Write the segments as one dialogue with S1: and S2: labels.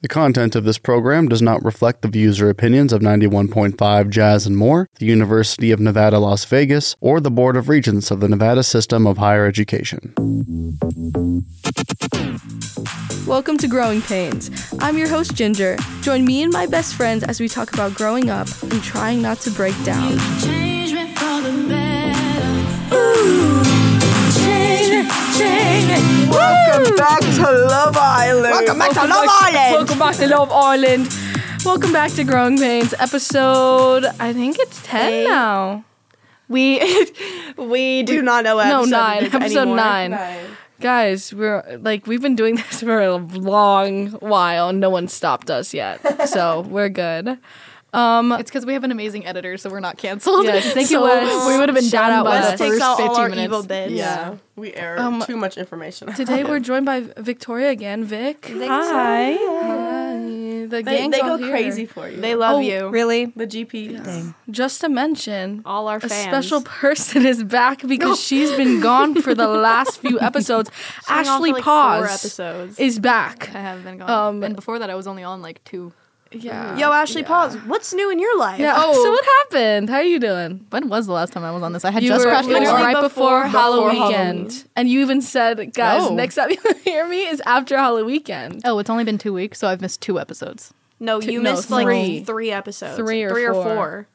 S1: The content of this program does not reflect the views or opinions of 91.5 Jazz and More, the University of Nevada, Las Vegas, or the Board of Regents of the Nevada System of Higher Education.
S2: Welcome to Growing Pains. I'm your host, Ginger. Join me and my best friends as we talk about growing up and trying not to break down.
S3: Change me for the better. Ooh. Change me, change me.
S4: Welcome back to Love Island. Welcome back to Love Island.
S2: Welcome back to Love Island. Welcome back to Growing Pains, episode, I think it's 10
S5: Eight.
S2: now.
S5: We we do not know
S2: No,
S5: episode
S2: nine. Episode
S5: anymore.
S2: nine. Guys, we're like, we've been doing this for a long while and no one stopped us yet. So we're good.
S6: It's because we have an amazing editor, so we're not canceled.
S2: Yes, thank you,
S6: So
S2: Wes.
S6: We would have been
S2: Shout
S6: down
S2: out,
S6: by
S2: Wes.
S6: the
S2: Wes
S5: takes
S6: first
S5: out all
S6: 15
S5: our
S6: minutes.
S5: evil bits.
S4: Yeah, we aired
S2: Um,
S4: too much information.
S2: Today we're joined by Victoria again. Vic.
S5: Hi.
S2: Hi. The
S4: they,
S2: gang's
S4: they
S2: all
S4: go
S2: here.
S4: crazy for you.
S5: They love
S2: Oh,
S5: you. Really?
S4: the GP.
S2: Just to mention,
S5: All our
S2: a
S5: fans.
S2: special person is back because she's been gone for the last few episodes.
S5: Hang on
S2: Ashley
S5: for, like,
S2: Paws
S5: Four episodes.
S2: is back.
S6: I have been gone.
S2: Um,
S6: and before that, I was only on like two.
S2: Yeah.
S5: Yo, Ashley Paws, what's new in your life?
S2: Yeah. Oh. So what happened? How are you doing?
S6: When was the last time I was on this? I had
S2: You
S6: just
S2: were
S6: crashed
S2: literally
S6: my
S5: Halloween.
S6: car.
S2: right before,
S5: Before
S2: Halloween,
S5: Halloween.
S2: and you even said, "Guys,
S6: No.
S2: next time you hear me is after Halloween weekend."
S6: Oh, it's only been two weeks, so I've missed two episodes.
S5: No,
S2: Two-
S5: you
S2: no,
S5: missed like
S2: three.
S5: three, episodes.
S2: Three or
S5: or
S2: four.
S5: four.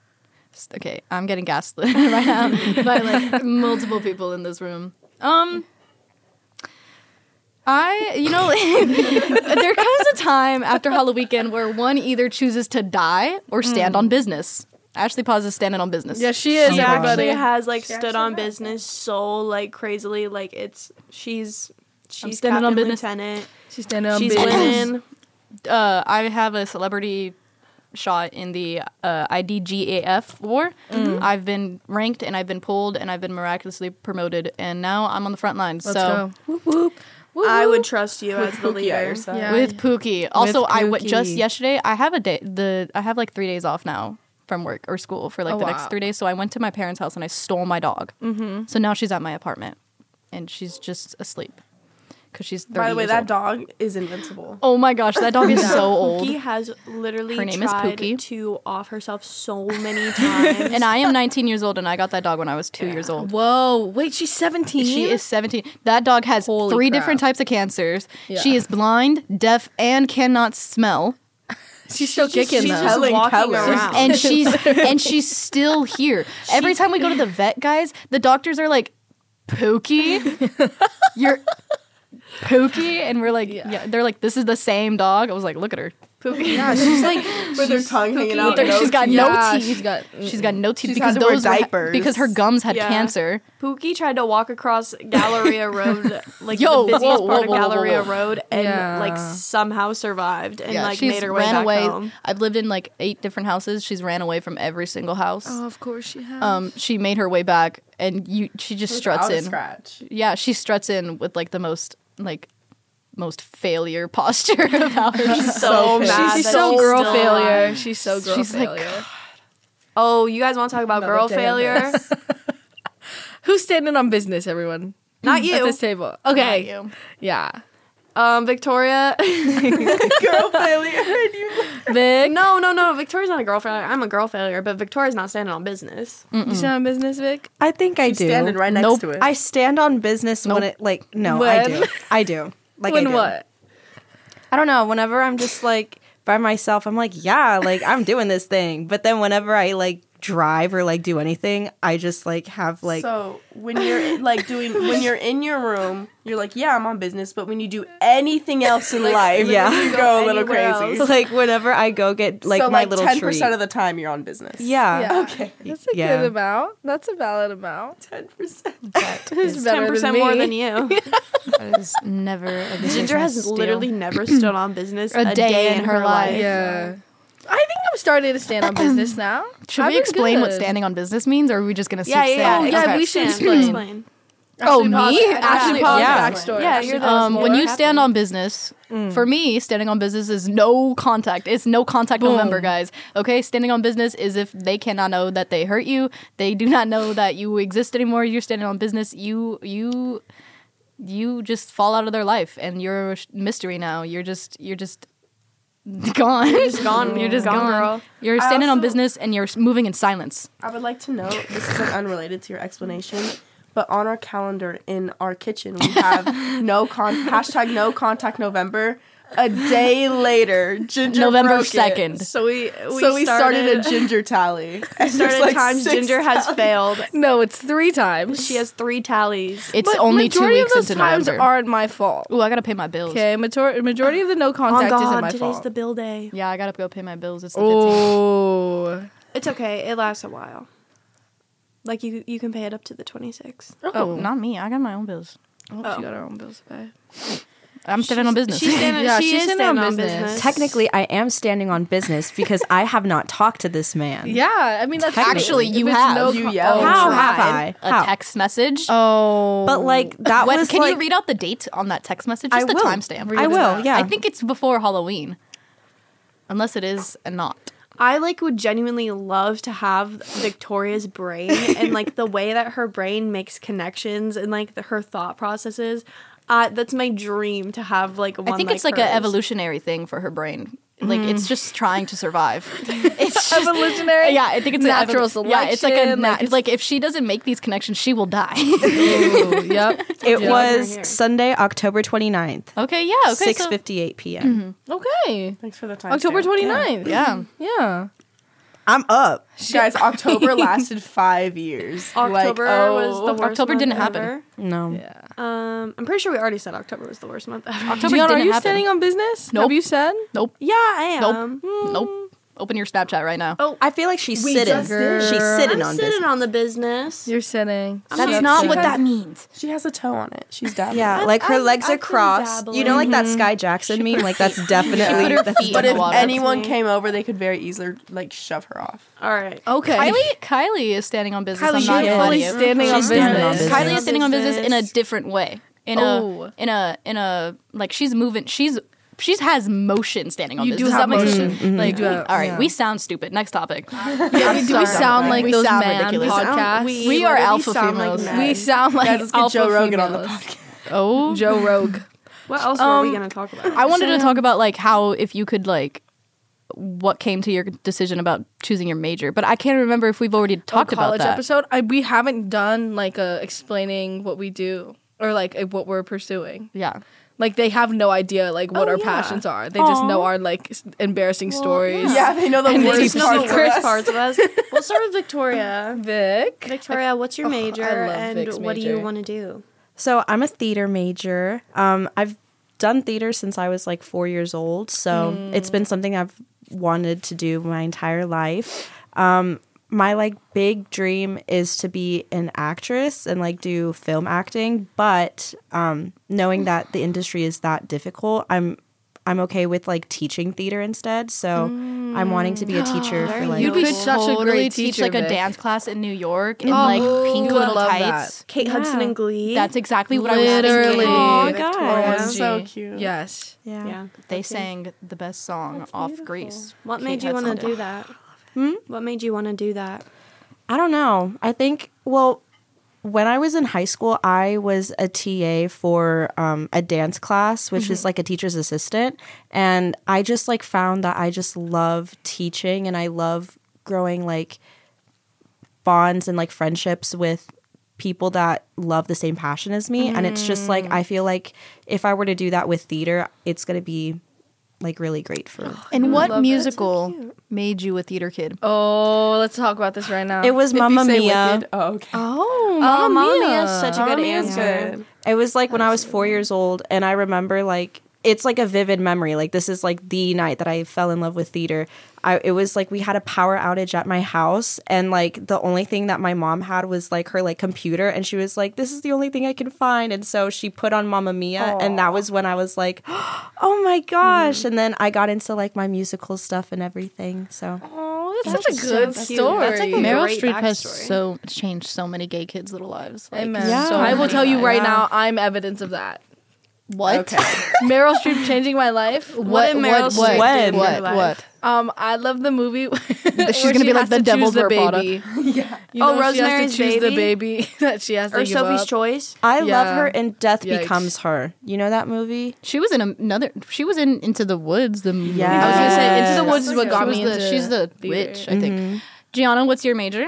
S6: S- Okay, I'm getting gaslit right now by like multiple people in this room. Um, I, you know, there comes a time after Halloween weekend where one either chooses to die or stand on business. Ashley Paws is standing on business.
S2: Yeah, she is.
S5: She actually
S2: Everybody.
S5: has like stood on business so like crazily. Like it's she's she's
S6: standing on
S5: captain on
S6: business.
S5: lieutenant.
S2: She's standing on
S5: she's
S2: business.
S5: winning.
S6: uh, I have a celebrity shot in the uh, IDGAF war. I've been ranked and I've been pulled and I've been miraculously promoted and now I'm on the front lines.
S2: Let's
S6: so
S2: go. Whoop whoop. Whoop,
S5: I would
S2: whoop.
S5: trust you as the
S4: Pookie at
S5: leader.
S4: your side.
S2: Yeah.
S6: with Pookie. Also, I w- just
S2: Pookie.
S6: yesterday I have a day. The I have like three days off now from work or school for like
S2: Oh,
S6: the
S2: wow.
S6: next three days. So I went to my parents' house and I stole my dog. Mm-hmm. So now she's at my apartment and she's just asleep because she's. 30
S4: By the way,
S6: years
S4: that
S6: old.
S4: dog is invincible.
S6: Oh my gosh, that dog is so old.
S5: Pookie has literally
S6: Her name is
S5: tried
S6: Pookie.
S5: to off herself so many times.
S6: And I am 19 years old, and I got that dog when I was two years old.
S2: Whoa! Wait, she's seventeen.
S6: She is 17. That dog has
S2: Holy
S6: three
S2: crap.
S6: different types of cancers.
S2: Yeah.
S6: She is blind, deaf, and cannot smell.
S2: She's still
S5: She's-
S2: kicking
S5: she's
S2: though.
S5: just
S4: Helen
S5: walking
S4: Keller.
S5: around.
S6: And she's and she's still here. Every time we go to the vet, guys, the doctors are like, Pookie, you're Pookie, and we're like, yeah. They're like, this is the same dog. I was like, look at her.
S2: yeah, she's like
S4: With her tongue hanging out.
S6: There-
S4: no
S6: she's got
S4: teeth.
S6: no
S2: Yeah,
S6: teeth.
S2: she's got-
S6: she's got no teeth
S4: She's
S6: because
S4: had to wear
S6: those were-
S4: diapers.
S6: because her gums had
S5: Yeah.
S6: cancer.
S5: Pookie tried to walk across Galleria Road, like
S6: Yo,
S5: the busiest
S6: whoa, whoa,
S5: part
S6: whoa, whoa,
S5: of Galleria
S6: whoa.
S5: Road, and
S2: Yeah.
S5: like somehow survived and like made her way back home.
S6: I've lived in like eight different houses. She's ran away from every single house.
S2: Oh, of course she has.
S6: Um, she made her way back, and you she just struts
S4: Without a
S6: in.
S4: Scratch.
S6: Yeah, she struts in with like the most like most failure posture about her.
S5: She's so
S4: pissed.
S5: mad.
S2: she's
S5: that
S2: so
S5: she's
S2: girl
S5: still
S2: failure.
S5: alive.
S2: She's so girl
S6: She's like,
S2: failure.
S5: Oh, you guys want to talk about girl
S4: day of
S5: failure?
S2: Who's standing on business, everyone?
S5: Not
S2: At
S5: you.
S2: this table. Okay.
S6: you.
S2: Yeah.
S5: Um, Victoria.
S4: Girl failure. And you
S2: Vic,
S5: no, no, no. Victoria's not a girl failure. I'm a girl failure, but Victoria's not standing on business.
S2: you stand on business, Vic?
S7: I think I do.
S4: standing right next
S6: Nope.
S4: to it.
S7: I stand on business when it like no, I
S2: When?
S7: do. I do. Like
S2: when
S7: I do.
S2: what?
S7: I don't know. Whenever I'm just like by myself, I'm like, yeah, like I'm doing this thing. But then whenever I like drive or like do anything, I just like have like
S4: so when you're like doing when you're in your room, you're like, yeah, I'm on business. But when you do anything else in life,
S7: yeah.
S4: you go a little
S5: anywhere
S4: crazy.
S7: like whenever I go get like
S4: so
S7: my
S4: like
S7: little
S4: ten
S7: treat.
S4: percent of the time you're on business.
S7: yeah.
S2: Okay. That's a
S7: Yeah.
S2: good amount. That's a valid amount.
S4: ten percent.
S2: Who's
S5: Ten
S2: better
S5: percent
S2: me?
S5: more than you.
S6: Is never a
S5: Ginger has literally never stood on business a, day, in her life.
S2: Yeah. I think I'm starting to stand on business now.
S6: Should
S2: I've
S6: we
S2: been
S6: explain what
S2: good.
S6: standing on business means, or are we just gonna
S5: Yeah,
S6: sit
S5: yeah,
S6: there?
S5: yeah.
S2: Oh, yeah, we should
S5: Stand.
S2: explain.
S5: explain.
S2: Oh,
S6: Paws-
S2: me? Ashley
S6: Ashley
S2: Paws'
S7: Yeah.
S2: backstory.
S5: Yeah,
S2: Ashley
S5: you're the-
S2: Paws'
S6: Um,
S5: What
S6: when you
S5: happened?
S6: stand on business, for me, standing on business is no contact. It's no contact November, guys. Okay, standing on business is if they cannot know that they hurt you, they do not know that you exist anymore. You're standing on business. You you you just fall out of their life, and you're a sh- mystery now. You're just you're just gone. You're just
S5: gone.
S6: You're just
S5: Gone,
S6: gone.
S5: girl.
S6: You're
S4: I
S6: standing on
S4: also-
S6: business and you're s- moving in silence.
S4: I would like to note this is like unrelated to your explanation, but on our calendar in our kitchen we have no con hashtag no contact November. A day later, ginger
S6: November
S4: broke it.
S6: 2nd.
S5: So we, we
S4: so we started,
S5: started
S4: a ginger tally. And
S5: started
S4: there's, like,
S5: times
S4: six
S5: Ginger has failed.
S2: No, it's three times.
S5: She has three tallies.
S6: It's only two
S2: majority
S6: weeks
S2: of those
S6: into
S2: times
S6: November.
S2: aren't my fault.
S6: Ooh, I gotta pay my bills.
S2: Okay, majority majority of the no contact isn't my
S5: today's
S2: fault.
S5: the bill day.
S6: Yeah, I gotta go pay my bills. It's the 15th.
S2: Oh,
S5: It's okay. It lasts a while. Like you, you can pay it up to the twenty sixth.
S6: Oh, not me. I got my own bills.
S2: I hope she got her own bills to pay.
S6: I'm standing on business.
S5: She's standing,
S2: Yeah,
S5: she
S2: she's
S5: is
S2: standing
S5: standing
S2: on
S5: on
S2: business.
S5: business.
S7: Technically, I am standing on business because I have not talked to this man.
S2: Yeah, I mean that's
S7: Actually,
S2: if
S6: you
S2: it's
S6: have.
S4: You
S2: con-
S4: yelled.
S2: Oh,
S7: How
S2: right.
S7: have I?
S6: a
S7: How?
S6: text message.
S2: Oh,
S7: But like that
S6: When-
S7: was
S6: can
S7: like,
S6: you read out the date on that text message? Just
S7: I
S6: the
S7: will.
S6: timestamp.
S7: I will. Yeah.
S6: I think it's before Halloween, unless it is not.
S5: I like would genuinely love to have Victoria's brain and like the way that her brain makes connections and like the, her thought processes. Uh, that's my dream to have like one.
S6: I think it's like
S5: hers.
S6: an evolutionary thing for her brain. Like it's just trying to survive. it's just,
S2: evolutionary.
S6: Yeah, I think it's an
S2: Natural
S6: evolu- Yeah, it's like a
S2: selection,
S6: na-
S2: like,
S6: like,
S2: it's-
S6: if she doesn't make these connections, she will die.
S2: Ooh, yep.
S7: it
S2: Yeah.
S7: was Sunday, October 29th,
S6: okay, yeah, okay,
S7: six
S6: so-
S7: fifty eight p.m.
S2: Okay,
S4: Thanks for the time.
S2: October
S4: stamp.
S2: 29th.
S6: yeah.
S2: yeah.
S7: I'm up.
S4: Guys, October lasted five years.
S5: October
S4: Like, oh,
S5: was the worst.
S6: October
S5: month
S6: didn't happen.
S5: ever.
S7: No,
S5: Um, I'm pretty sure we already said October was the worst month ever.
S6: October
S2: Gianna, are
S6: didn't
S2: you
S6: happen.
S2: standing on business?
S6: Nope.
S2: Have you said?
S6: Nope,
S5: yeah, I
S6: Nope.
S5: am.
S6: nope. Um, Open your Snapchat right now.
S7: I feel like she's sitting.
S4: just did.
S7: She's sitting
S5: I'm
S7: on
S5: sitting
S7: business.
S5: on the business.
S2: You're sitting.
S6: That's
S5: She-
S6: not
S5: she
S6: what
S5: has-
S6: that means.
S4: She has a toe on it. She's dabbing.
S7: Yeah,
S5: I-
S7: like her
S5: I-
S7: legs
S5: I
S7: are
S5: can
S7: crossed.
S5: dabble
S7: You know,
S5: in-
S7: like that Sky Jackson meme. Like that's
S6: Put
S7: definitely
S6: her
S7: that's-
S6: feet
S4: But
S6: in
S4: if
S6: the water.
S4: anyone
S5: me.
S4: came over, they could very easily like shove her off.
S5: All right.
S2: Okay.
S6: Kylie, Kylie is standing on business.
S2: Kylie,
S6: I'm not
S2: she is.
S6: kidding
S2: She's standing on
S6: you. She's standing
S7: business.
S6: Kylie is standing on business in a different way. In
S2: Oh.
S6: a in a in a like she's moving. She's she's has motion standing on
S2: You do
S6: business. Does
S2: have
S6: that make
S2: motion.
S6: sense?
S2: Mhm.
S6: Like,
S2: You do have-
S6: all right,
S2: yeah.
S6: we sound stupid. Next topic.
S2: do we sound like
S6: We
S2: those
S6: sound
S2: man
S6: ridiculous. We sound-
S2: podcasts?
S6: we We are literally alpha sound like females.
S2: we
S6: men.
S2: sound like
S4: Guys, let's get
S2: alpha
S4: Joe Rogan on the
S2: females.
S4: podcast.
S6: Oh,
S2: Joe Rogue.
S5: What else are we gonna talk about?
S6: I wanted to talk about like how if you could like what came to your decision about choosing your major, but I can't remember if we've already talked about
S2: Oh, college
S6: that.
S2: episode. I, we haven't done like a explaining what we do or like uh, what we're pursuing.
S6: Yeah.
S2: Like they have no idea like what
S5: Oh,
S2: our
S5: yeah.
S2: passions are. They just know our like s- embarrassing stories.
S4: Yeah, they know the
S2: And
S4: worst
S2: deep
S4: part of
S2: secrets.
S4: us.
S5: parts of us. We'll start with Victoria.
S2: Vic.
S5: Victoria, what's your major
S2: love
S5: and
S2: Vic's
S5: what do you
S2: major.
S5: want to do?
S7: So I'm a theater major. Um, I've done theater since I was like four years old. So it's been something I've wanted to do my entire life. Um, my like big dream is to be an actress and like do film acting, but um, knowing that the industry is that difficult, I'm I'm okay with like teaching theater instead. So I'm wanting to be a teacher for like
S2: You'd be such a
S6: totally
S2: great
S6: teach
S2: teacher.
S6: like a
S2: Vic.
S6: dance class in New York in like pink
S2: Ooh, I
S6: little
S2: love
S6: tights.
S5: Kate Hudson and Glee.
S6: That's exactly what
S2: Literally.
S6: I
S7: Oh
S6: was
S7: my
S6: thinking.
S7: god.
S2: OMG.
S4: so cute.
S2: Yes.
S7: Yeah.
S5: yeah.
S6: They sang the best song off Greece.
S5: What made you want to do that? What made you want to do that?
S7: I don't know. I think, well, when I was in high school, I was a TA for um, a dance class, which is like a teacher's assistant. And I just like found that I just love teaching and I love growing like bonds and like friendships with people that love the same passion as me. And it's just like, I feel like if I were to do that with theater, it's going to be like really great for.
S6: And what musical made you a theater kid?
S2: Oh, let's talk about this right now.
S7: It was Mamma Mia.
S4: Oh, okay.
S2: oh,
S5: Oh, Mamma Mia
S2: Mia.
S5: is such a
S4: Mamma
S5: good
S4: Mia's
S5: answer.
S4: good.
S7: It was like when I was four years old, and I remember like it's like a vivid memory. Like this is like the night that I fell in love with theater. I it was like we had a power outage at my house, and like the only thing that my mom had was like her like computer, and she was like, "This is the only thing I can find," and so she put on Mamma Mia, and that was when I was like, "Oh my gosh!"
S2: Mm.
S7: And then I got into like my musical stuff and everything. So
S2: Oh, that's, such a good
S5: so cute.
S2: story.
S5: That's like a
S6: Meryl
S5: Great
S6: Streep has
S5: backstory.
S6: so changed so many gay kids' little lives. Like,
S2: Amen.
S6: so
S2: I will
S6: many
S2: tell you
S6: lives.
S2: right now, I'm evidence of that.
S6: What?
S2: Meryl Streep changing my life.
S6: What? What?
S5: did Meryl
S6: What?
S5: Streep
S6: What?
S5: do in
S6: What?
S5: her life?
S6: what?
S2: Um, I love the movie. where
S6: She's gonna
S2: she
S6: be like
S2: has
S6: the
S2: to choose
S6: devil's
S2: the
S6: Verpata.
S2: baby.
S4: yeah.
S2: You
S5: Oh,
S2: know, she has to
S5: Rosemary's
S2: choose
S5: Baby?
S2: the baby that she has to
S5: or
S2: give
S5: Sophie's
S2: up.
S5: Choice.
S7: I love
S2: Yeah.
S7: her in Death
S2: Yikes.
S7: Becomes Her. You know that movie?
S6: She was in another. She was in Into the Woods. The movie.
S7: Yeah.
S2: I was gonna say Into the
S7: Yes.
S2: Woods is what
S6: She
S2: got
S6: was
S2: me
S6: the-
S2: into
S6: she's the
S2: theater.
S6: witch, I think. Mm-hmm. Gianna, what's your major?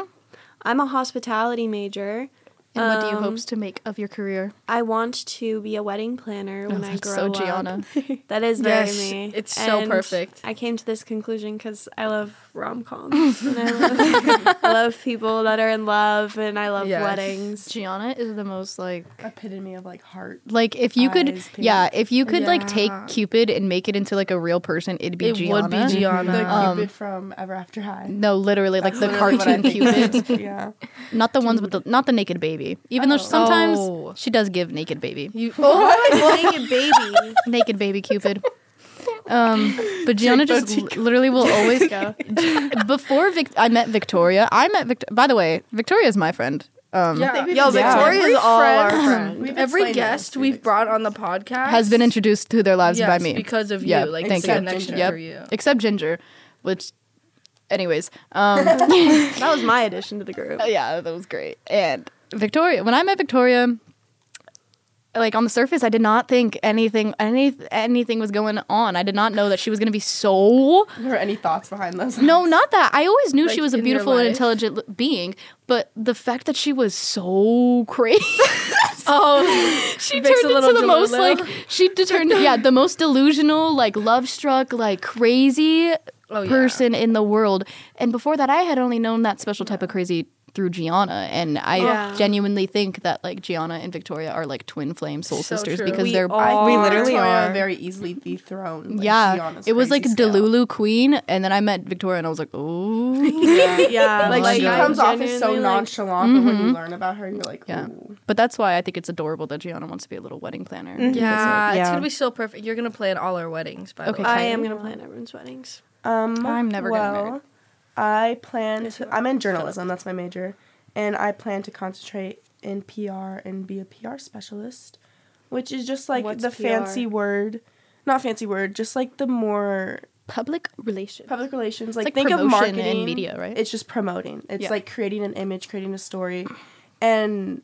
S5: I'm a hospitality major.
S6: And what do you
S5: Um,
S6: hopes to make of your career?
S5: I want to be a wedding planner when I
S6: Oh, that's
S5: grow
S6: so
S5: up.
S6: Gianna.
S5: That is very
S2: Yes,
S5: me.
S2: it's so perfect.
S5: I came to this conclusion because I love rom coms and I love, I love people that are in love and I love
S2: Yes.
S5: weddings.
S6: Gianna is the most like
S4: Epitome of like heart.
S6: like if you could
S4: Eyes peeled.
S6: yeah if you could like take
S2: Yeah.
S6: Cupid and make it into like a real person it'd be
S2: It
S6: Gianna.
S2: would be Gianna.
S4: The
S6: Um,
S4: Cupid from Ever After High.
S6: No, literally like the
S4: Literally what I
S6: cartoon
S4: think
S6: Cupid,
S4: it is. yeah.
S6: not the ones with the not the naked baby. Even though sometimes
S2: Oh.
S6: she does give naked baby.
S2: You, oh,
S5: Dang it, baby.
S6: naked baby Cupid. Um, but Gianna just li- literally will always go. Before Vic- I met Victoria, I met Vic- By the way, Victoria is my friend. Um,
S5: Yo, Victoria's
S2: Every
S5: all our
S2: friend-
S5: friend.
S4: We've
S2: every
S4: explained
S2: guest
S4: this.
S2: we've brought on the podcast
S6: has been introduced to their lives
S2: yes,
S6: by me
S2: because of
S6: Yeah,
S2: you. Like
S6: thank
S2: thank
S6: you.
S2: you. connection
S6: Yep.
S2: for you.
S6: except Ginger, which, anyways, um,
S5: That was my addition to the group.
S6: Oh, yeah, that was great. And Victoria, when I met Victoria, like on the surface, I did not think anything any anything was going on. I did not know that she was going to be so.
S4: There were any thoughts behind those?
S6: No, not that. I always knew she
S2: Like,
S6: was a
S2: in your
S6: beautiful and
S2: life?
S6: intelligent l- being, but the fact that she was so crazy,
S2: Oh,
S6: she
S2: Vic's a
S6: turned into
S2: little
S6: the most like
S2: delusional.
S6: she d- turned yeah the most delusional like love struck like crazy
S2: Oh, yeah.
S6: person in the world. And before that, I had only known that special type of crazy through Gianna, and I
S5: Yeah.
S6: genuinely think that like Gianna and Victoria are like twin flame soul
S2: So
S6: sisters
S2: true.
S6: because
S5: We
S6: they're
S5: are-
S4: I
S7: We
S4: think
S7: literally
S4: Victoria
S7: are.
S4: very easily dethroned. Like,
S6: yeah.
S4: Gianna's
S6: it was like
S4: crazy scale.
S6: Delulu Queen, and then I met Victoria, and I was like, oh.
S5: Yeah,
S4: Like, she
S5: I
S4: comes off as so
S5: genuinely, like,
S4: nonchalant, but when you learn about her, you're like,
S6: Yeah.
S4: ooh.
S6: But that's why I think it's adorable that Gianna wants to be a little wedding planner.
S2: Mm-hmm. yeah,
S7: Yeah.
S2: it's gonna be so perfect. You're gonna plan all our weddings. By the
S6: Okay.
S2: way.
S5: I am gonna plan everyone's weddings.
S4: Um,
S6: I'm never
S4: well,
S6: getting married.
S4: I plan to. I'm in journalism. That's my major, and I plan to concentrate in PR and be a PR specialist, which is just like
S5: What's
S4: the
S5: PR?
S4: fancy word, not fancy word, just like the more
S6: Public relations.
S4: public relations. Like,
S6: like
S4: think of
S6: promotion and
S4: marketing
S6: media, right?
S4: It's just promoting. It's
S6: Yeah.
S4: like creating an image, creating a story, and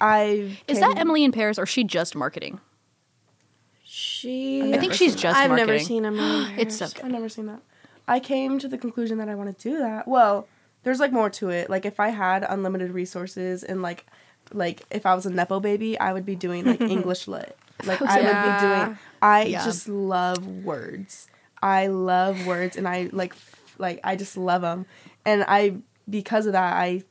S4: I
S6: Is
S4: can-
S6: that Emily in Paris, or is she just marketing?
S5: She.
S6: I think she's just
S5: I've
S6: marketing.
S5: never seen a
S2: Oh,
S5: movie.
S6: It's so good.
S4: I've never seen that. I came to the conclusion that I want to do that. Well, there's like more to it. Like if I had unlimited resources and like like if I was a nepo baby, I would be doing like English lit. Like I would be
S2: Yeah.
S4: doing. I
S6: Oh, Yeah.
S4: just love words. I love words, and I like f- like I just love them, and I because of that I.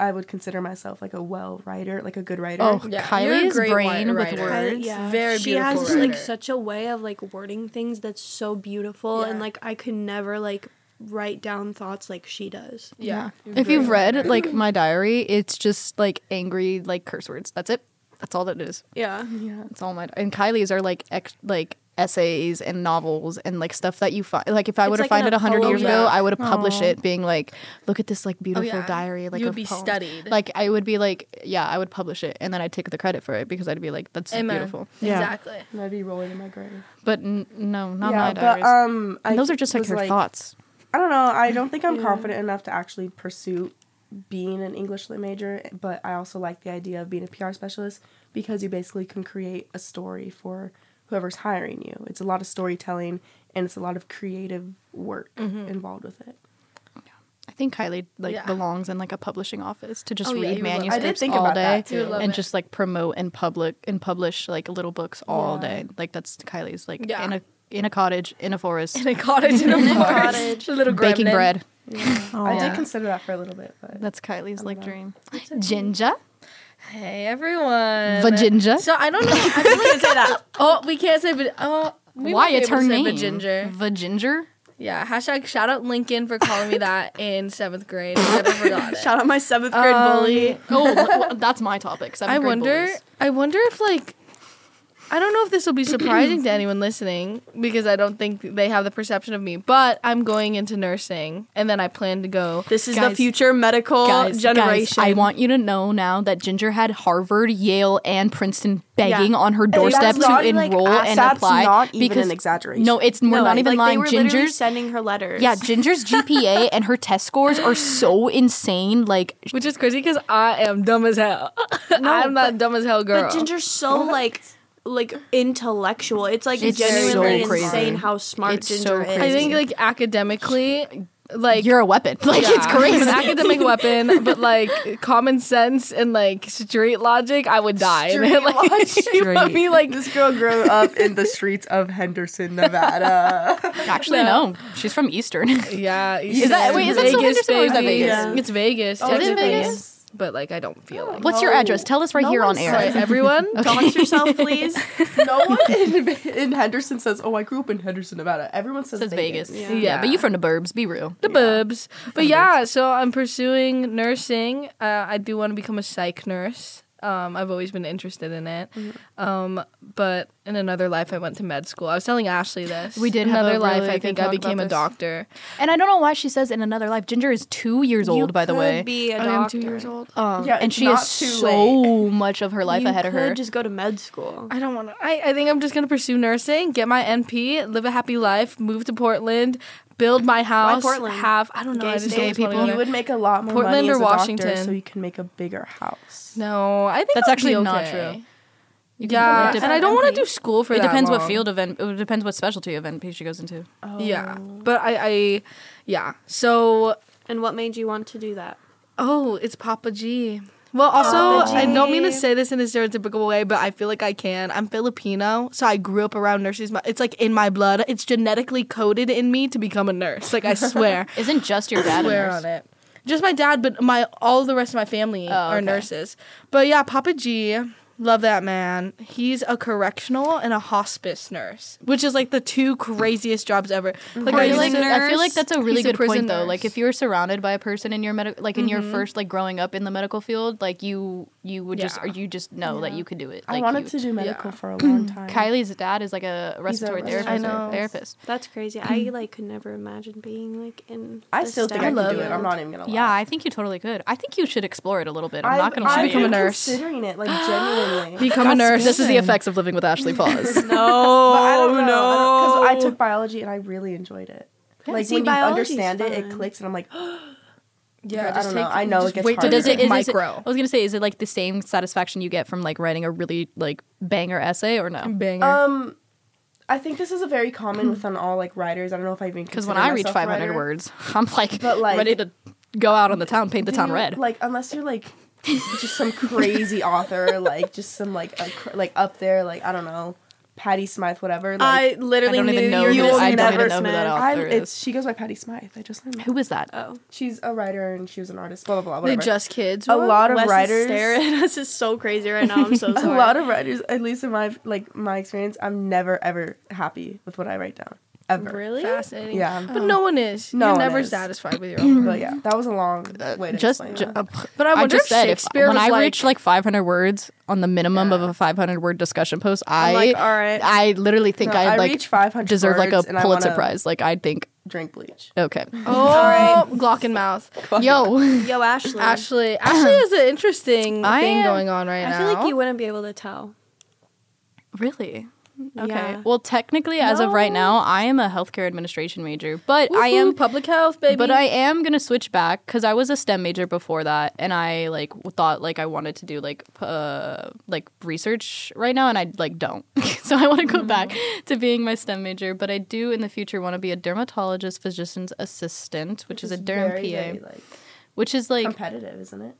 S4: I would consider myself like a well writer, like a good writer.
S6: Oh,
S2: Yeah, you're a
S6: Kylie's
S2: great
S6: brain
S2: writer.
S6: with
S2: Kylie-
S6: words.
S5: yeah.
S2: Very
S5: she
S2: beautiful
S5: has just,
S2: writer.
S5: like such a way of like wording things that's so beautiful and
S4: Yeah.
S5: like I could never like write down thoughts like she does.
S2: Yeah.
S6: If you've read like my diary, it's just like angry like curse words. That's it. That's all that it is.
S5: Yeah.
S6: It's all my and Kylie's are like ex, like essays and novels and like stuff that you find. Like if I
S5: It's
S6: would have
S5: like
S6: found
S5: in
S6: it a
S5: a
S6: hundred
S5: poem.
S6: years
S2: Yeah.
S6: ago, I would have published it, being like, look at this like beautiful
S2: Oh, yeah.
S6: diary. Like
S2: You
S6: of
S2: would be
S6: poems."
S2: studied.
S6: Like I would be like, yeah, I would publish it, and then I'd take the credit for it because I'd be like, that's
S2: Amen.
S6: beautiful.
S7: Yeah.
S2: Exactly.
S4: and I'd be rolling in my grave.
S6: But n- no, not
S4: yeah,
S6: my diaries.
S4: but um, I
S6: and those are just like
S4: was,
S6: her thoughts.
S4: I don't know. I don't think I'm confident enough to actually pursue being an English lit major, but I also like the idea of being a PR specialist because you basically can create a story for whoever's hiring you. It's a lot of storytelling and it's a lot of creative work involved with it.
S6: I think Kylie like
S2: Yeah.
S6: belongs in like a publishing office to just
S2: Oh, yeah,
S6: read
S2: you would love it.
S6: manuscripts
S2: I did
S4: think
S6: all
S4: about
S6: day
S4: that, too. You would
S2: love
S6: and
S2: it.
S6: just like promote and public and publish like little books all
S4: Yeah.
S6: day. Like that's Kylie's like
S2: Yeah.
S6: in a in a cottage in a forest
S2: In a cottage in a forest.
S5: cottage.
S2: a little
S6: baking
S2: gremlin.
S6: bread.
S4: I
S6: yeah.
S4: did consider that for a little bit, but
S6: That's Kylie's like dream. Ginger,
S2: Hey everyone.
S6: Vajinja.
S2: So I don't know. I feel like say that. Oh, we can't say. But, oh, we
S6: Why
S2: might be
S6: it's
S2: able
S6: her
S2: to say
S6: name?
S2: Vaginger.
S6: Vaginger.
S2: Yeah. Hashtag shout out Lincoln for calling me that in seventh grade. I never forgot it.
S4: Uh,
S5: Shout out my seventh grade bully.
S6: Oh, well, that's my topic. seventh
S2: I
S6: grade
S2: wonder.
S6: bullies.
S2: I wonder if like I don't know if this will be surprising to anyone listening because I don't think they have the perception of me, but I'm going into nursing and then I plan to go.
S5: This is the
S6: Guys,
S5: future medical
S6: Guys, guys,
S5: generation.
S6: I want you to know now that Ginger had Harvard, Yale, and Princeton begging
S5: Yeah.
S6: on her doorstep
S4: that's
S6: to
S4: not, like,
S6: enroll
S4: ass-
S6: and
S4: that's
S6: apply.
S4: not even an exaggeration.
S6: No, it's we're
S5: No,
S6: not even
S5: like, They
S6: lying.
S5: were literally
S6: Ginger's
S5: sending her letters.
S6: yeah, Ginger's GPA and her test scores are so insane. Like
S2: Which is crazy because I am dumb as hell. I'm not dumb as hell girl.
S5: but Ginger's so like like intellectual. It's like
S6: It's
S5: genuinely
S6: so crazy.
S5: insane how smart
S6: It's
S5: Ginger
S6: so
S5: is.
S6: crazy.
S2: I think like academically, like
S6: you're a weapon. Like
S2: yeah,
S6: it's crazy.
S2: I'm an academic weapon, but like common sense and like street logic, I would die.
S4: Street
S2: like, you put
S7: logic.
S2: me like
S4: This girl grew up in the streets of Henderson, Nevada.
S6: Actually, no, she's from Eastern.
S2: yeah.
S6: Is that- wait, is that still Henderson or is that Vegas? Oh,
S4: Yeah.
S2: It's Vegas.
S4: Oh,
S6: is it
S2: technically.
S6: Vegas?
S2: But like, I don't feel like.
S6: What's your address? Tell us right here on air.
S2: Sorry, everyone.
S5: Dox yourself, please.
S4: no one in, in Henderson says, "Oh, I grew up in Henderson, Nevada." Everyone says,
S6: Says Vegas. Yeah.
S2: Yeah.
S6: but you from the burbs. Be real.
S2: the boobs. But yeah, so I'm pursuing nursing. Uh, I do want to become a psych nurse. Um, I've always been interested in it.
S6: Mm-hmm.
S2: Um, but in another life, I went to med school. I was telling Ashley this.
S6: We did have a
S2: another life.
S6: really
S2: I
S6: good
S2: think
S6: talk
S2: I
S6: about
S2: became a
S6: this.
S2: doctor.
S6: And I don't know why she says in another life. Ginger is two years old, by the
S5: could
S6: way.
S5: be a
S2: I
S5: doctor.
S2: am two years old.
S6: Um,
S4: Yeah,
S6: and
S4: it's
S6: she
S4: not
S6: has
S4: too
S6: so much of her life
S5: You
S6: ahead of her.
S5: could just go to med school.
S2: I don't want to. I, I think I'm just going to pursue nursing, get my NP, live a happy life, move to Portland, build my house.
S5: Portland?
S2: Have, I don't know.
S5: Gay-
S2: I just
S5: gay
S2: always wanna
S6: people?
S2: go
S4: You
S2: there.
S4: would make a lot more
S2: Portland
S4: money
S2: or
S4: as a doctor,
S2: Washington?
S4: so you can make a bigger house.
S2: No, I think
S6: That's
S2: I'll be
S6: actually not
S2: okay.
S6: true. You can
S2: Yeah,
S6: go to-
S2: and I don't want to do school for
S6: It
S2: that
S6: depends what
S2: long.
S6: field of N- it depends what specialty of NP she goes into.
S2: Yeah, but I, I, yeah. So,
S5: And what made you want to do that?
S2: oh, it's Papa G. Well, also, I don't mean to say this in a stereotypical way, but I feel like I can. I'm Filipino, so I grew up around nurses. My- It's like in my blood. It's genetically coded in me to become a nurse. Like I surse
S6: Isn't just your dad a
S2: swear
S6: nurse?
S2: on it. Just my dad, but my all the rest of my family are
S6: okay.
S2: nurses. But yeah, Papa G, love that man. He's a correctional and a hospice nurse, which is like the two craziest jobs ever. Like
S6: I
S2: I
S6: feel,
S2: used
S6: like,
S2: to-
S6: I feel like that's a really
S2: He's a
S6: good point
S2: prison
S6: though.
S2: nurse.
S6: Like
S2: Mm-hmm.
S6: if you were surrounded by a person in your medical, like in your first, like growing up in the medical field, like you, you would just,
S2: Yeah.
S6: or you just know that you could do it. Like
S4: I wanted
S6: you-
S4: to do medical for a long time.
S6: Kylie's dad is like a respiratory therapist.
S4: respiratory
S2: I know.
S6: Therapist.
S5: That's crazy.
S6: Mm.
S5: I like could never imagine being like in.
S4: I
S5: this
S4: still think I,
S5: STEM
S4: can
S2: love
S4: do it.
S2: it.
S4: I'm not even gonna lie.
S6: Yeah, I think you totally could. I think you should explore it a little bit. I'm
S4: I'm,
S6: not gonna lie.
S4: I'm
S6: to you.
S2: a nurse.
S4: Considering it like genuinely.
S2: become a nurse.
S6: This is the effects of living with Ashley Paws.
S4: Oh I don't know, no! Because I, took biology and I really enjoyed it. like
S5: see,
S4: when you
S5: biology's
S4: understand it, it
S5: fun.
S4: clicks, and I'm like,
S2: Yeah,
S4: I don't know. I know it
S2: just
S4: gets
S2: wait till
S4: harder.
S2: does
S4: Does
S2: it,
S4: it-
S2: is
S6: is
S2: micro.
S6: I was gonna say, is it like the same satisfaction you get from like writing a really like banger essay or no?
S2: Banger.
S4: um, I think this is a very common within all like writers. I don't know if I even
S6: Because when
S4: consider
S6: I reach
S4: myself
S6: 500
S4: writer.
S6: words, I'm like,
S4: But, like-
S6: ready to go out on the town, paint the
S4: Do
S6: town
S4: you-
S6: red.
S4: Like unless you're like just some crazy author, like just some like a, cr- like up there, like I don't know, Patty Smythe, whatever. Like,
S5: I literally
S6: I don't even
S5: knew
S6: know
S5: you
S6: who
S5: were
S6: that- I don't
S5: never
S6: even know who that
S5: Smith.
S4: I'm-
S6: author is.
S4: it's she goes by Patty Smythe. I just learned. that.
S6: Who is that?
S5: Oh,
S4: She's a writer and she was an artist. Blah blah blah.
S2: they
S4: Whatever.
S2: just kids.
S4: a lot of
S5: Wes
S4: writers.
S5: is staring at us is so crazy right now. I'm so
S4: a
S5: sorry.
S4: lot of writers, at least in my like my experience, I'm never ever happy with what I write down ever.
S5: really.
S2: fascinating.
S4: Yeah.
S2: but no one is.
S4: No
S2: You're
S4: one
S2: never
S4: is.
S2: satisfied with your own.
S4: But yeah, that was a long way to
S6: Just,
S4: explain
S6: ju-
S4: that.
S6: uh,
S2: But I
S6: I
S2: wonder
S6: just
S2: if
S6: said, if,
S2: Shakespeare
S6: when
S2: was
S6: I
S2: like,
S6: reach like 500 words on the minimum of
S2: Yeah.
S6: a 500 word discussion post, I,
S5: like, all right.
S6: I literally think
S4: No,
S6: I
S4: I
S6: like
S4: reach 500
S6: deserve like a
S4: words and I
S6: Pulitzer
S4: wanna-
S6: Prize. Like I think,
S4: Drink bleach.
S6: okay,
S2: oh, all right. Glock in mouth.
S6: yo,
S5: Yo, Ashley.
S2: Ashley, Ashley has an interesting
S6: Oh, I-
S2: thing going on right
S5: I
S2: now.
S5: feel like you wouldn't be able to tell.
S6: really. Okay.
S5: Yeah.
S6: Well, technically, as of right now, I am a healthcare administration major, but I
S2: Woohoo,
S6: am
S2: public health, baby.
S6: But I am gonna switch back because I was a STEM major before that, and I like w- thought like I wanted to do like p- uh, like research right now, and I like don't. so I want to go back
S4: Mm-hmm.
S6: to being my STEM major, but I do in the future want to be a dermatologist physician's assistant, which, is a
S4: It's
S6: derm
S4: very,
S6: PA,
S4: very, like,
S6: which is like
S4: competitive, isn't it?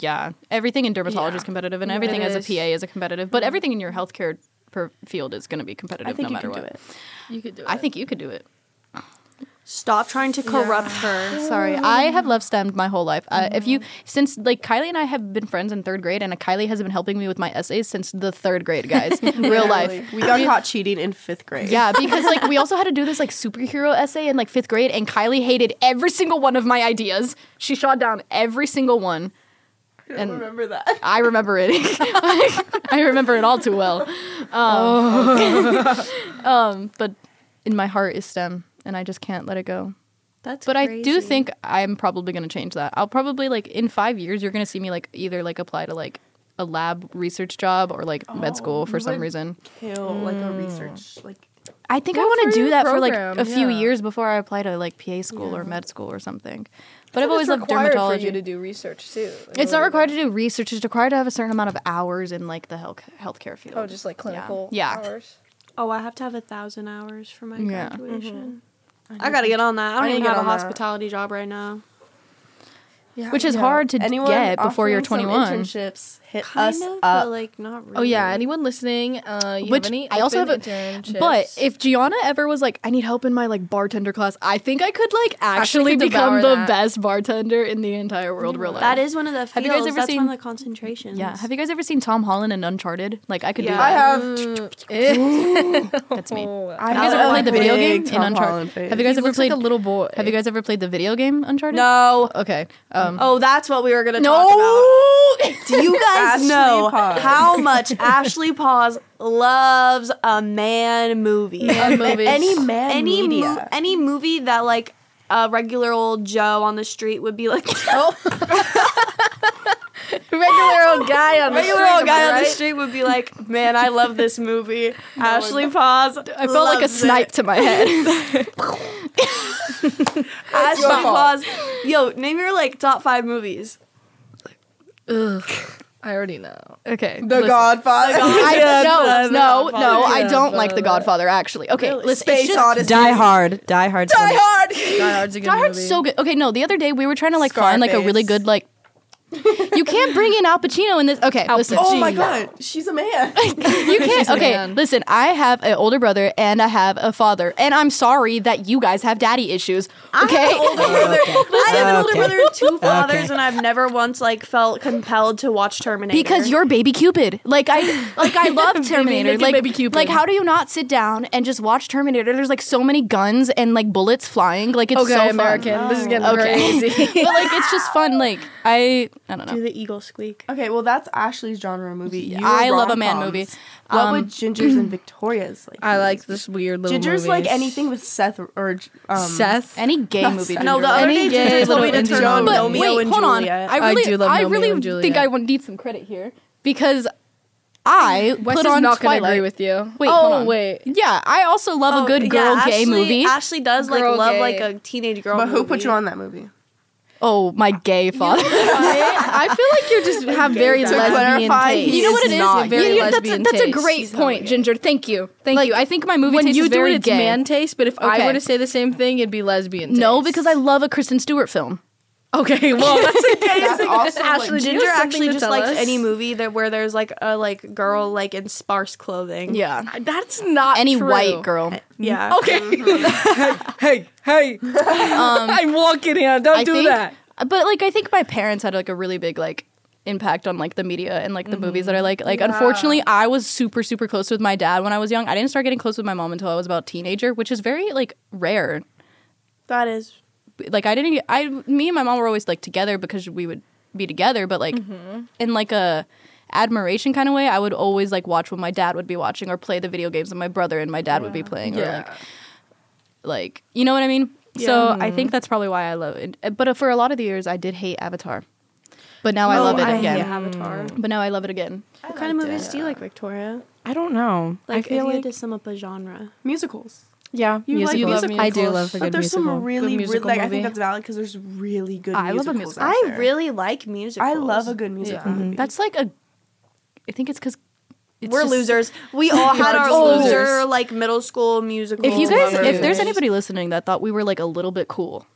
S6: yeah, everything in dermatology is
S2: Yeah.
S6: competitive, and
S2: Yeah.
S6: everything
S2: It
S6: as a
S2: is.
S6: PA is a competitive, but everything in your healthcare per field is gonna be competitive.
S4: Mm-hmm. I think you
S6: no matter
S4: can
S6: what.
S4: do it.
S2: you could do it.
S6: I think you could do it.
S5: Stop trying to corrupt her.
S6: Sorry, I have love stemmed my whole life. Uh, If you since like Kylie and I have been friends in third grade, and Kylie has been helping me with my essays since the third grade, guys, real life.
S4: We got caught cheating in fifth grade.
S6: Yeah, because like we also had to do this like superhero essay in like fifth grade, and Kylie hated every single one of my ideas. She shot down every single one. and
S2: Remember that?
S6: I remember it. I remember it all too well. Um, um, but in my heart is STEM, and I just can't let it go.
S5: That's
S6: But I do think I'm probably going to change that. I'll probably like in five years, you're going to see me like either like apply to like a lab research job or like med school for some reason.
S4: Kill like a research like
S6: I think I
S2: Go
S6: want
S2: for
S6: to do
S2: your
S6: that for
S2: program,
S6: like a few
S2: yeah.
S6: years before I apply to like PA school or med school or something. But I've
S2: It's
S6: always loved
S2: required
S6: dermatology.
S2: for you to do research too.
S6: It's not required to do research. It's required to have a certain amount of hours in like the health healthcare field.
S2: Oh, just like clinical
S6: Yeah.
S2: hours.
S5: Oh, I have to have a thousand hours for my
S6: Yeah.
S5: graduation. I gotta get on that. I
S4: I
S5: don't
S4: need
S5: even
S4: to get on
S5: have a
S4: that.
S5: hospitality job right now.
S4: yeah,
S6: which is hard to get before you're
S4: offering some
S6: 21.
S4: Internships hit
S5: Kind
S4: us
S5: of, but
S4: up.
S5: like not really.
S2: Oh yeah, anyone listening? Uh, you
S6: Which
S2: have any
S6: I also have a,
S2: open internships?
S6: but if Gianna ever was like, I need help in my like bartender class, I think I could like actually,
S2: could
S6: become
S2: devour
S6: the
S2: that.
S6: best bartender in the entire world. Real life.
S5: that is one of the fields.
S6: Have you guys ever
S5: That's
S6: seen-
S5: one of the concentrations.
S6: Yeah. Have you guys ever seen Tom Holland in Uncharted? Like I could do
S2: Yeah.
S6: that.
S2: I have-
S6: That's me.
S4: I
S6: Have you guys ever
S4: a
S6: played the video
S4: big
S6: game in
S4: Tom
S6: Uncharted?
S4: Holland face.
S6: Have you guys
S2: He
S6: ever
S2: looks like
S6: played
S2: a little boy.
S6: Have you guys ever played the video game Uncharted?
S5: No.
S6: Okay. Um,
S5: Oh, that's what we were gonna talk about. Do you guys
S4: Ashley
S5: know
S4: Paws.
S5: how much Ashley Paws loves a man movie?
S6: Man movies.
S4: any man
S5: any
S4: media.
S5: mo- any movie that like a regular old Joe on the street would be like.
S2: regular old guy on the
S5: regular
S2: street,
S5: old guy on the
S2: right?
S5: street would be like, "Man, I love this movie." Ashley Paws.
S6: I felt like a snipe to my head.
S5: Ashley Paws. Yo, name your like top five movies.
S2: I already know.
S6: okay.
S4: The Godfather.
S6: I
S5: Yeah,
S6: no, no,
S5: the
S6: no. I
S2: Yeah,
S6: don't like The
S2: but-
S6: Godfather. Actually, okay.
S5: Really?
S6: Listen,
S4: Space
S6: it's just,
S4: Odyssey.
S7: Die Hard. Die Hard. Die
S2: Die Hard's a good
S6: Die Hard's
S2: movie.
S6: so good. Okay, no. The other day we were trying to like find like a really
S4: Scarface.
S6: good like. you can't bring in Al Pacino in this. Okay, listen.
S4: Oh my god, she's a man.
S6: You can't. Okay,
S2: man.
S6: listen. I have an older brother and I have a father, and I'm sorry that you guys have daddy issues. Okay,
S5: I have an older
S7: Oh, Okay.
S5: brother and two fathers,
S7: Okay.
S5: and I've never once like felt compelled to watch Terminator
S6: because you're baby Cupid. Like I, like I love Terminator.
S2: Naked
S6: like
S2: Baby Cupid.
S6: Like how do you not sit down and just watch Terminator? There's like so many guns and like bullets flying. Like it's
S2: Okay,
S6: so fun.
S2: American. This is getting
S6: Okay.
S2: crazy.
S6: but like it's just fun. Like I, I don't know.
S5: Do the eagle squeak.
S4: okay, well that's Ashley's genre movie. You
S6: I
S4: were
S6: love a man
S4: rom-coms.
S6: movie.
S4: What
S6: Um,
S4: would Ginger's and Victoria's like?
S2: I like this weird little.
S4: Ginger's
S2: movies.
S4: like anything with Seth or um,
S2: Seth.
S6: Any gay
S4: That's-
S6: movie.
S5: No,
S6: Ginger.
S5: the other
S2: Any
S5: day
S2: gay
S5: Ginger told me
S2: little
S5: to turn on
S2: Indian-
S6: but
S5: Romeo
S6: wait,
S5: and
S6: hold on.
S5: Juliet.
S6: I really, I,
S2: I do love Romeo
S6: really
S2: and
S6: think
S2: Juliet.
S6: I would need some credit here because I
S2: Wes
S6: put
S2: is
S6: on
S2: not gonna
S6: Twilight.
S2: agree with you.
S6: Wait,
S2: oh
S6: hold on.
S2: wait.
S6: Yeah, I also love
S5: Oh,
S6: a good
S5: yeah,
S6: girl gay
S5: Ashley-
S6: movie.
S5: Ashley does like
S2: Girl
S5: love
S2: gay.
S5: like a teenage girl.
S4: But who
S5: movie.
S4: put you on that movie?
S6: oh, my gay father.
S2: I feel like you just have very
S4: To
S2: lesbian
S4: clarify,
S2: taste.
S6: you know what it
S2: It's
S6: is?
S2: not
S6: You-
S2: Very
S6: you- that's, a,
S2: lesbian
S6: that's a
S2: taste.
S6: great point, Ginger. Thank you. Thank you. I think my movie
S2: When
S6: taste
S2: you
S6: is
S2: do
S6: very
S2: it, it's
S6: gay.
S2: man taste. But if
S6: Okay.
S2: I were to say the same thing, it'd be lesbian. Taste.
S6: no, because I love a Kristen Stewart film.
S2: Okay, well that's a
S4: That's also
S5: Ashley
S2: do you
S5: Ginger
S2: have something
S5: actually
S2: to
S5: just
S2: tell
S5: likes
S2: us?
S5: any movie that where there's like a like girl like in sparse clothing.
S6: Yeah.
S2: that's not
S6: Any
S2: Uh, true.
S6: white girl. Mm.
S5: Yeah.
S2: Okay. hey, hey, hey. I'm walking here. Don't
S6: Um, I
S2: do
S6: think,
S2: that.
S6: But like, I think my parents had like a really big like impact on like the media and like the
S2: Mm-hmm.
S6: movies that I like. Like, unfortunately, I was super super close with my dad when I was young. I didn't start getting close with my mom until I was about teenager, which is very like rare.
S5: That is
S6: Like, I didn't. I me and my mom were always like together because we would be together, but like in like a admiration kind of way i would always like watch what my dad would be watching or play the video games that my brother and my dad would be playing or like like you know what i mean so i
S5: Mm-hmm.
S6: think that's probably why i love it but uh, for a lot of the years i did hate avatar but now i love it
S5: Oh, I
S6: again
S5: hate Avatar.
S6: but now i love it again
S5: What kind of movies do you like, Victoria?
S7: I don't know.
S5: Like,
S7: I
S5: if
S7: feel
S5: you
S7: like
S5: had to sum up a genre,
S4: musicals.
S7: yeah.
S4: You like
S6: Musical.
S4: musicals?
S6: love
S7: I do love a
S4: But
S7: good
S4: there's
S7: musical.
S4: some really, really
S2: musical
S4: like I
S2: movie.
S4: think that's valid because there's really good.
S6: I love a
S4: musicals
S6: musical.
S4: out
S5: I
S4: there.
S5: really like musicals.
S4: I love a good musical movie.
S6: that's like a i think it's because
S5: We're losers. We all had our
S6: just
S5: loser
S6: losers.
S5: like middle school musical.
S6: if you guys
S5: lovers.
S6: if there's anybody listening that thought we were like a little bit cool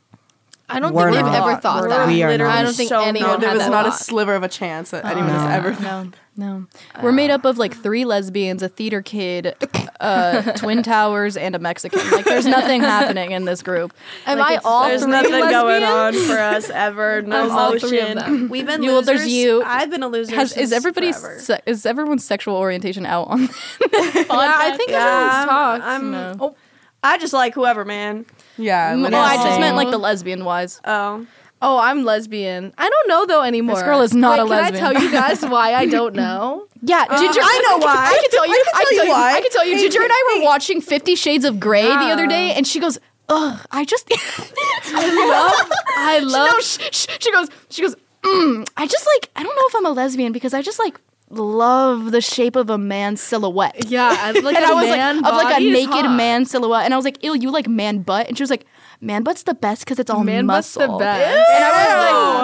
S2: I don't
S7: We're
S2: think
S7: not.
S2: we've ever thought
S7: We're
S2: that.
S7: not. We are
S2: Literally,
S7: not.
S2: I don't think
S5: So
S2: anyone
S5: not.
S2: had
S4: there was
S2: that
S4: not a
S2: thought.
S4: sliver of a chance that anyone has ever
S6: Oh, no no we're made up of like three lesbians a theater kid uh twin towers and a mexican like there's nothing happening in this group am i all
S5: There's
S6: three
S5: nothing going
S6: lesbian?
S5: on for us ever. No
S2: I'm
S5: emotion.
S2: all three of them.
S5: We've been
S6: You- well,
S5: losers.
S6: there's you.
S5: I've been a loser.
S6: Has,
S5: since
S6: is everybody's
S5: forever.
S6: se- is everyone's sexual orientation out on?
S2: Yeah, I think
S5: Yeah,
S2: everyone's talked.
S5: I'm- oh,
S6: No.
S5: I just like whoever, man.
S4: Yeah,
S6: no,
S4: literally.
S6: Oh, I just
S2: same.
S6: meant like the lesbian wise.
S5: Oh,
S2: Oh, I'm lesbian. I don't know though anymore.
S6: girl is not
S2: Wait,
S6: a lesbian.
S2: Can I tell you guys why I don't know?
S6: Yeah, Ginger. Uh, I know why. I can tell you. I can tell you
S2: why.
S6: I can tell you. Ginger and I were watching Fifty Shades of Grey the other day, and she goes, "Ugh, I just." I love.
S2: I love.
S6: No, she, she, she goes. She goes. Mm, I just like. I don't know if I'm a lesbian because I just like love the shape of a man's silhouette.
S2: yeah, I like
S6: and
S2: a
S6: I was like,
S2: man
S6: of like a
S2: body is
S6: naked
S2: hot.
S6: man silhouette, and I was like, "Ew, you like man butt?" And she was like, "Man butt's the best because it's all
S2: Man butt's
S6: muscle."
S2: the best. And I was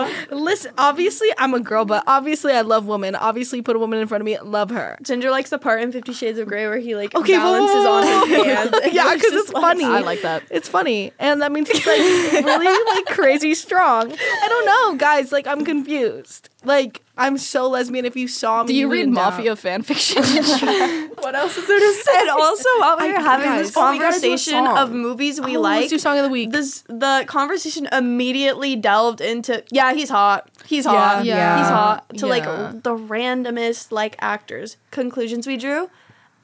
S2: like, listen, obviously I'm a girl, but obviously I love women. Obviously, put a woman in front of me, love her.
S5: Ginger likes the part in Fifty Shades of Grey where he like
S2: Okay, whoa, whoa,
S5: balances
S2: whoa,
S5: on his hands. and
S2: yeah,
S5: looks
S2: because
S5: just
S2: it's
S5: like-
S2: funny.
S6: I like that.
S2: It's funny, and that means he's like really like crazy strong. I don't know, guys. Like I'm confused. Like I'm so lesbian. If you saw me,
S6: Do you read
S2: wouldn't doubt.
S6: mafia fan fiction?
S5: What else is there to say? And also, while we were having this
S6: guys. Oh, we gotta do a
S5: conversation
S6: song.
S5: of movies we
S2: Oh,
S5: like,
S2: Let's do song of the week.
S5: This the conversation immediately delved into yeah he's hot he's hot
S2: Yeah.
S5: he's hot to
S6: Yeah.
S5: like the randomest like actors conclusions we drew.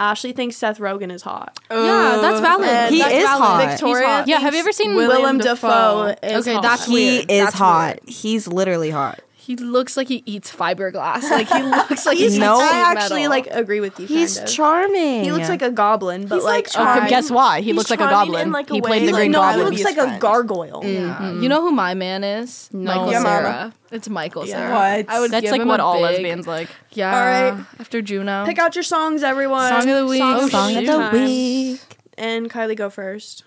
S5: Ashley thinks Seth Rogen is hot.
S2: yeah, that's valid.
S7: He
S5: That's
S7: is
S5: valid.
S7: hot.
S5: Victoria.
S2: He's hot.
S6: yeah. Have you ever seen
S5: Willem,
S2: Willem
S5: Dafoe.
S2: Dafoe.
S5: is
S6: Okay,
S5: hot.
S2: that's
S7: He
S2: weird.
S7: is
S2: That's
S7: hot. He's literally hot.
S2: He looks like he eats fiberglass. Like he looks like
S5: He's,
S2: he
S7: No.
S2: eats
S5: I
S2: sheet
S5: actually
S2: metal.
S5: like agree with you.
S7: He's
S5: kind of.
S7: charming.
S5: He looks like a goblin, but
S2: He's, like,
S5: like,
S2: charming.
S5: okay,
S6: Guess why? He
S5: He's
S6: looks like a
S5: charming
S6: goblin.
S5: in, like, a
S6: he
S5: way
S6: played the
S5: that-
S6: Green
S5: no,
S6: Goblin. Mm-hmm.
S5: He looks like a gargoyle.
S2: You know who my man is?
S6: No.
S2: Michael
S6: Your
S2: Sarah.
S6: mama.
S2: It's Michael
S5: Yeah.
S2: Sarah.
S4: What?
S2: I would
S6: That's
S2: give
S6: like
S2: him
S6: what
S2: a
S6: all
S2: big-
S6: lesbians like.
S2: Yeah.
S5: All right.
S2: After Juno.
S5: Pick out your songs, everyone.
S2: Song of the week.
S5: Song,
S2: Song
S5: of
S2: of
S5: the
S2: the
S5: week. And Kylie, go first.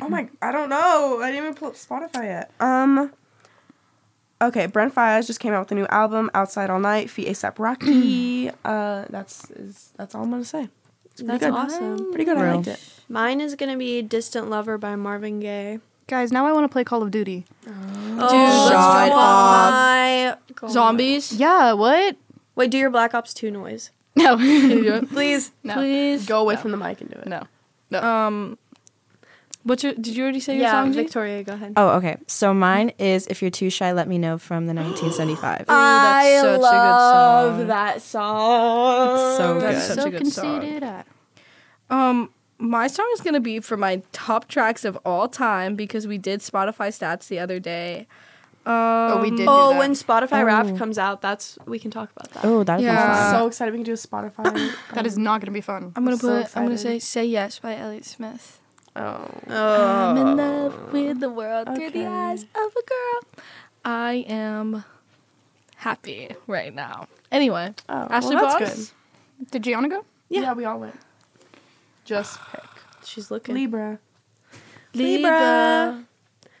S4: Oh my, I don't know. I didn't even pull up Spotify yet. Um. Okay, Brent Fires just came out with a new album, Outside All Night, Feet ASAP Rocky. uh, that's is, that's all I'm gonna say. It's pretty
S5: That's
S4: good.
S5: awesome.
S4: Pretty good. I
S7: Real.
S4: liked it.
S5: Mine is gonna be "Distant Lover" by Marvin Gaye.
S6: Guys, now I want to play Call of Duty.
S5: Dude,
S7: shut up.
S2: Zombies.
S6: Yeah, what?
S5: Wait, do your Black Ops Two noise,
S6: No.
S5: please.
S6: No.
S2: Please.
S4: Go away from the mic and do it.
S6: No.
S2: Um. What's your? Did you already say your
S5: yeah,
S2: song? G?
S5: Victoria, go ahead.
S7: Oh, okay. So mine is "If You're Too Shy, Let Me Know" from the 1975.
S2: that's
S5: I
S2: such a good
S5: love
S2: song.
S5: that song.
S7: It's so
S2: That's
S7: good.
S2: such a good song. Um, my song is gonna be for my top tracks of all time because we did Spotify stats the other day. Um, oh,
S6: we did.
S5: Oh,
S6: that.
S5: when Spotify Wrapped comes out, that's we can talk about that.
S7: Oh, that'd
S2: Yeah.
S7: be
S4: I'm
S7: fun.
S4: so excited we can do a Spotify.
S6: That is not gonna be fun.
S2: I'm gonna
S4: so
S2: put. I'm gonna say
S4: excited.
S2: "Say Yes" by Elliott Smith.
S4: oh.
S2: I'm in love with the world through the eyes of a girl. I am happy right now. Anyway,
S4: Oh,
S2: Ashley
S4: well,
S2: Boss?
S4: that's good.
S6: Did Gianna go?
S4: Yeah. we all went. Just pick
S5: She's looking.
S4: Libra.
S2: Libra.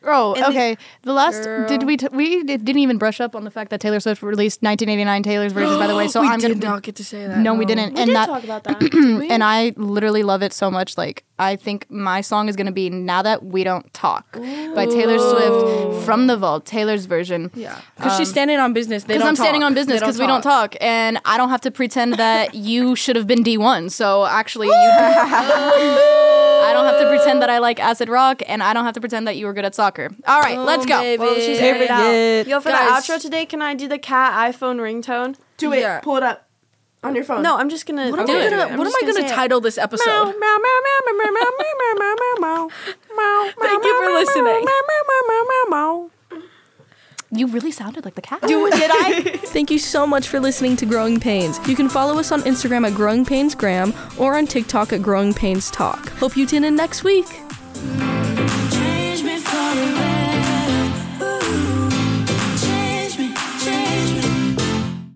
S6: Oh,
S5: And the-
S6: okay. The, last
S2: Girl.
S6: did we t- we d- didn't even brush up on the fact that Taylor Swift released 1989 Taylor's version by the way. So
S2: we
S6: I'm
S2: did
S6: gonna be-
S2: not get to say that.
S6: no, we didn't.
S5: We
S6: and
S5: did
S6: that
S5: talk about that.
S6: and I literally love it so much. Like I think my song is gonna be "Now That We Don't Talk" by Taylor Swift from the Vault, Taylor's version.
S2: Yeah, because she's standing on business. They
S6: Because
S2: don't
S6: I'm standing
S2: talk.
S6: on business
S2: They
S6: because we don't talk, and I don't have to pretend that you should have been D1. So actually, you I don't have to pretend that I like acid rock, and I don't have to pretend that you were good at soccer. All right, let's go.
S2: Oh, baby.
S5: Well, she's
S7: Period.
S5: aired Oh, it out. Yo, for
S2: Guys.
S5: the outro today, can I do the cat iPhone ringtone?
S4: Do it.
S2: Yeah.
S4: Pull it up on your phone.
S5: No, I'm just gonna.
S2: What am
S5: do
S2: I
S5: it.
S2: gonna?
S5: I'm
S2: What am
S5: just
S2: I gonna,
S5: say it.
S2: title this episode?
S5: Thank you for listening.
S6: You really sounded like the cat.
S2: did I? Thank you so much for listening to Growing Pains. You can follow us on Instagram at Growing Pains Graham or on TikTok at Growing Pains Talk. Hope you tune in next week.